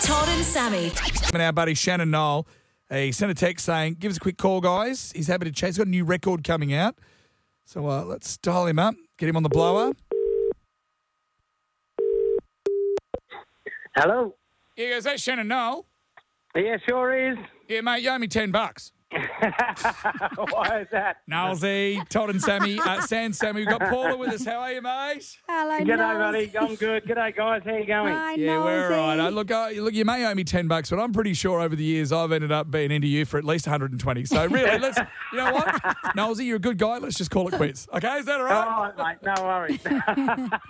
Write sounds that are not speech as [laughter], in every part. Sammy. And our buddy Shannon Knoll, he sent a text saying, "Give us a quick call, guys. He's happy to chat. He's got a new record coming out, so uh, let's dial him up, get him on the blower." Hello. Yeah, is that Shannon Knoll? Yeah, sure is. Yeah, mate, you owe me ten bucks. [laughs] Why is that? Nalsy, Todd and Sammy, uh, San Sammy. We've got Paula with us. How are you, mate? Hello, G'day, Knowles. buddy. I'm good. G'day, guys. How you going? Hi, Yeah, we're all right. Knowlesy. Uh, look, uh, look, you may owe me ten bucks, but I'm pretty sure over the years I've ended up being into you for at least 120. So really, let's. You know what, Nalsy, you're a good guy. Let's just call it quits. Okay, is that all right? All right, mate. No worries.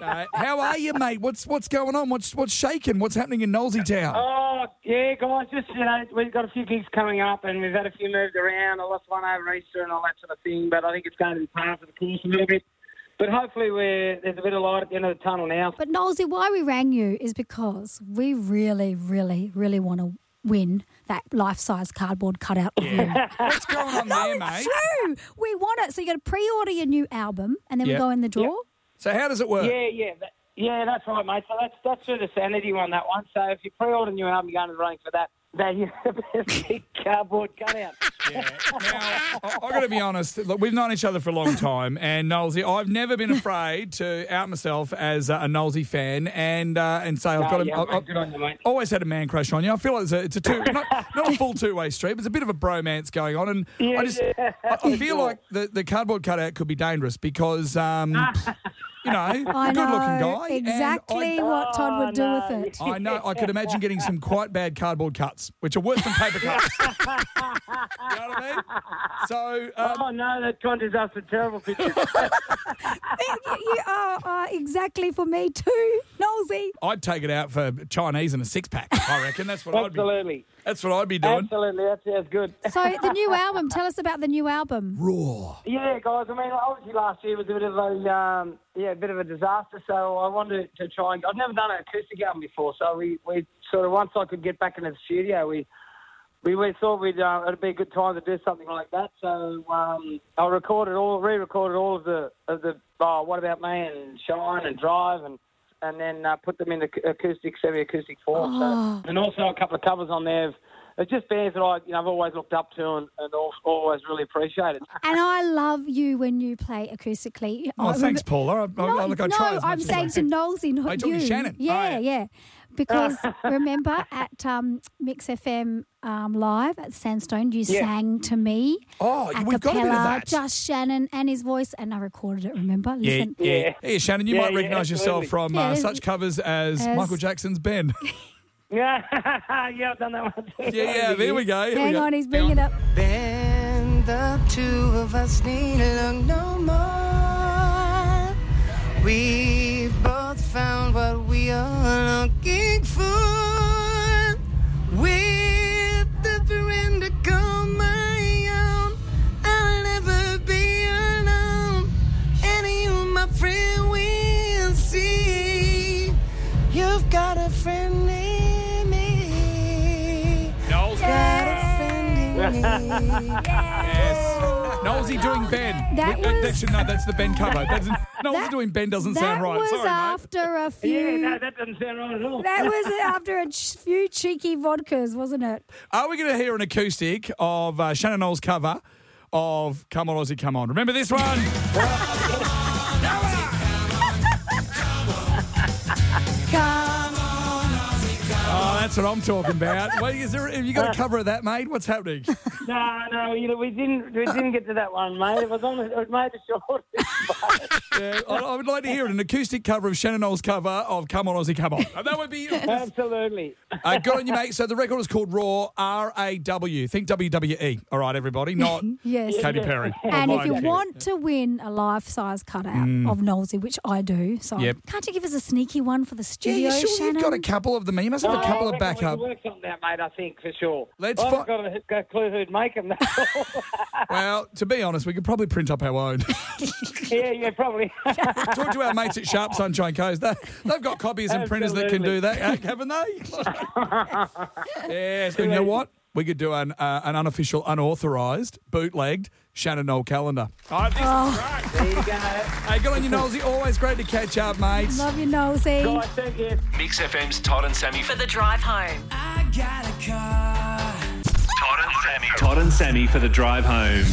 Uh, how are you, mate? What's what's going on? What's what's shaking? What's happening in Nolsey Town? oh, yeah, guys. Just, you know, we've got a few gigs coming up and we've had a few moved around. I lost one over Easter and all that sort of thing, but I think it's going to be par for the course a little bit. But hopefully we're, there's a bit of light at the end of the tunnel now. But Knowlesy, why we rang you is because we really, really, really want to win that life-size cardboard cutout of you. What's going on there, It's mate? true. We want it. So you got to pre-order your new album, and then Yep. we go in the draw. So how does it work? Yeah, yeah, that, yeah. That's right, mate. So that's that's through the sanity one, that one. So if you pre-order new album, you're going to the running for that. [laughs] That you have a big cardboard cutout. Now, I- I've got to be honest. Look, we've known each other for a long time, and Nolsey, I've never been afraid to out myself as a, a Nolsey fan and uh, and say I've Oh, got a, yeah, I- I- mate, good on you, mate. always had a man crush on you. I feel like it's a, it's a two, not, not a full two way street, but it's a bit of a bromance going on. And I Yeah, just, yeah. I, I feel like the, the cardboard cutout could be dangerous because, [laughs] um, you know, I a good looking know guy. and I- exactly what Todd would do Oh, no. with it. I know. I could imagine getting some quite bad cardboard cuts, which are worse than paper [laughs] cuts. you know what I mean? So, um, Oh no, that conjures up some terrible pictures. you you are uh, exactly for me too, [laughs] Knowlesy. I'd take it out for Chinese and a six pack. I reckon that's what I'd be. Absolutely, That's what I'd be doing. absolutely. That sounds good. So the new album. Tell us about the new album. Raw. Yeah, guys. I mean, obviously last year was a bit of a um, yeah, a bit of a disaster. So I wanted to try and I've never done an acoustic album before. So we, we sort of once I could get back into the studio, we we, we thought we'd uh, it'd be a good time to do something like that. So um, I recorded all, re-recorded all of the of the oh, what about me and shine and drive and and then uh, put them in ac- acoustic, semi-acoustic form. So, and also a couple of covers on there. Of, it's just bands that I, you know, I've always looked up to and, and al- always really appreciated. And I love you when you play acoustically. Oh, I thanks, remember- Paula. I, I, No, I, look, I no, try as much I'm as saying I to can. Knowlesy, not Oh, you're talking you. to Shannon. Yeah, Oh, yeah. [laughs] Because remember at um, Mix FM um, live at Sandstone, you Yeah. sang to me. Oh, a we've got a bit of cappella, that. Just Shannon and his voice, and I recorded it. Remember? Yeah, Listen. yeah. Hey, Shannon, you Yeah, might yeah, recognise yourself absolutely. from uh, Yeah, such covers as, as- Michael Jackson's Ben. [laughs] [laughs] Yeah, yeah, I've done that one too. yeah, yeah, there we go. here we Hang go. on, he's bringing it up. Bend the two of us need look no more. We've both found what we are looking for. With the veranda come my own, I'll never be alone. And you, my friend, will see. You've got a friend in me. Knowles. Got a friend in me. Yes. Knowlesy doing Ben. That Wait, was- actually, no, that's the Ben cover. That's, Knowlesy That- doing Ben doesn't that sound right. was Sorry, mate. [laughs] after a few. Yeah, no, that doesn't sound right at all. that was after a ch- few cheeky vodkas, wasn't it? Are we going to hear an acoustic of uh, Shannon Knowles' cover of Come On Aussie, Come On? Remember this one? Oh, that's what I'm talking about. Wait, is there, have you got a cover of that, mate? What's happening? No, no, you know, we didn't, [laughs] we didn't get to that one, mate. It was on, the- it made the short. Yeah, I, I would like to hear an acoustic cover of Shannon Knowles' cover of Come On Aussie, Come On. And that would be [laughs] Absolutely. Uh, good on you, mate. So the record is called Raw, R A W. Think WWE. All right, everybody, [laughs] not Yes. Katy Perry. or And if Lion you King. want to win a life-size cutout of Knowlesy, which I do, so Mm. Yep. can't you give us a sneaky one for the Yeah, studio, you sure Shannon? you've got a couple of them. You must have a couple of backup. Oh, We can work something out, mate. I think for sure. Let's I've fi- got a, got a clue who'd make them. Well, to be honest, we could probably print up our own. [laughs] [laughs] yeah, yeah, probably. [laughs] Talk to our mates at Sharp Sunshine Coast. They, they've got eh, copies and printers that can do that, haven't they? yes, and you know what? we could do an uh, an unofficial, unauthorized, bootlegged Shannon Noel calendar. I think it's great. There you go. Hey, good on you, Nolsey. Always great to catch up, mate. Love you, Nosey. Guys, thank you. Mix FM's Todd and Sammy. For the drive home. I got a car. Todd and Sammy for the drive home.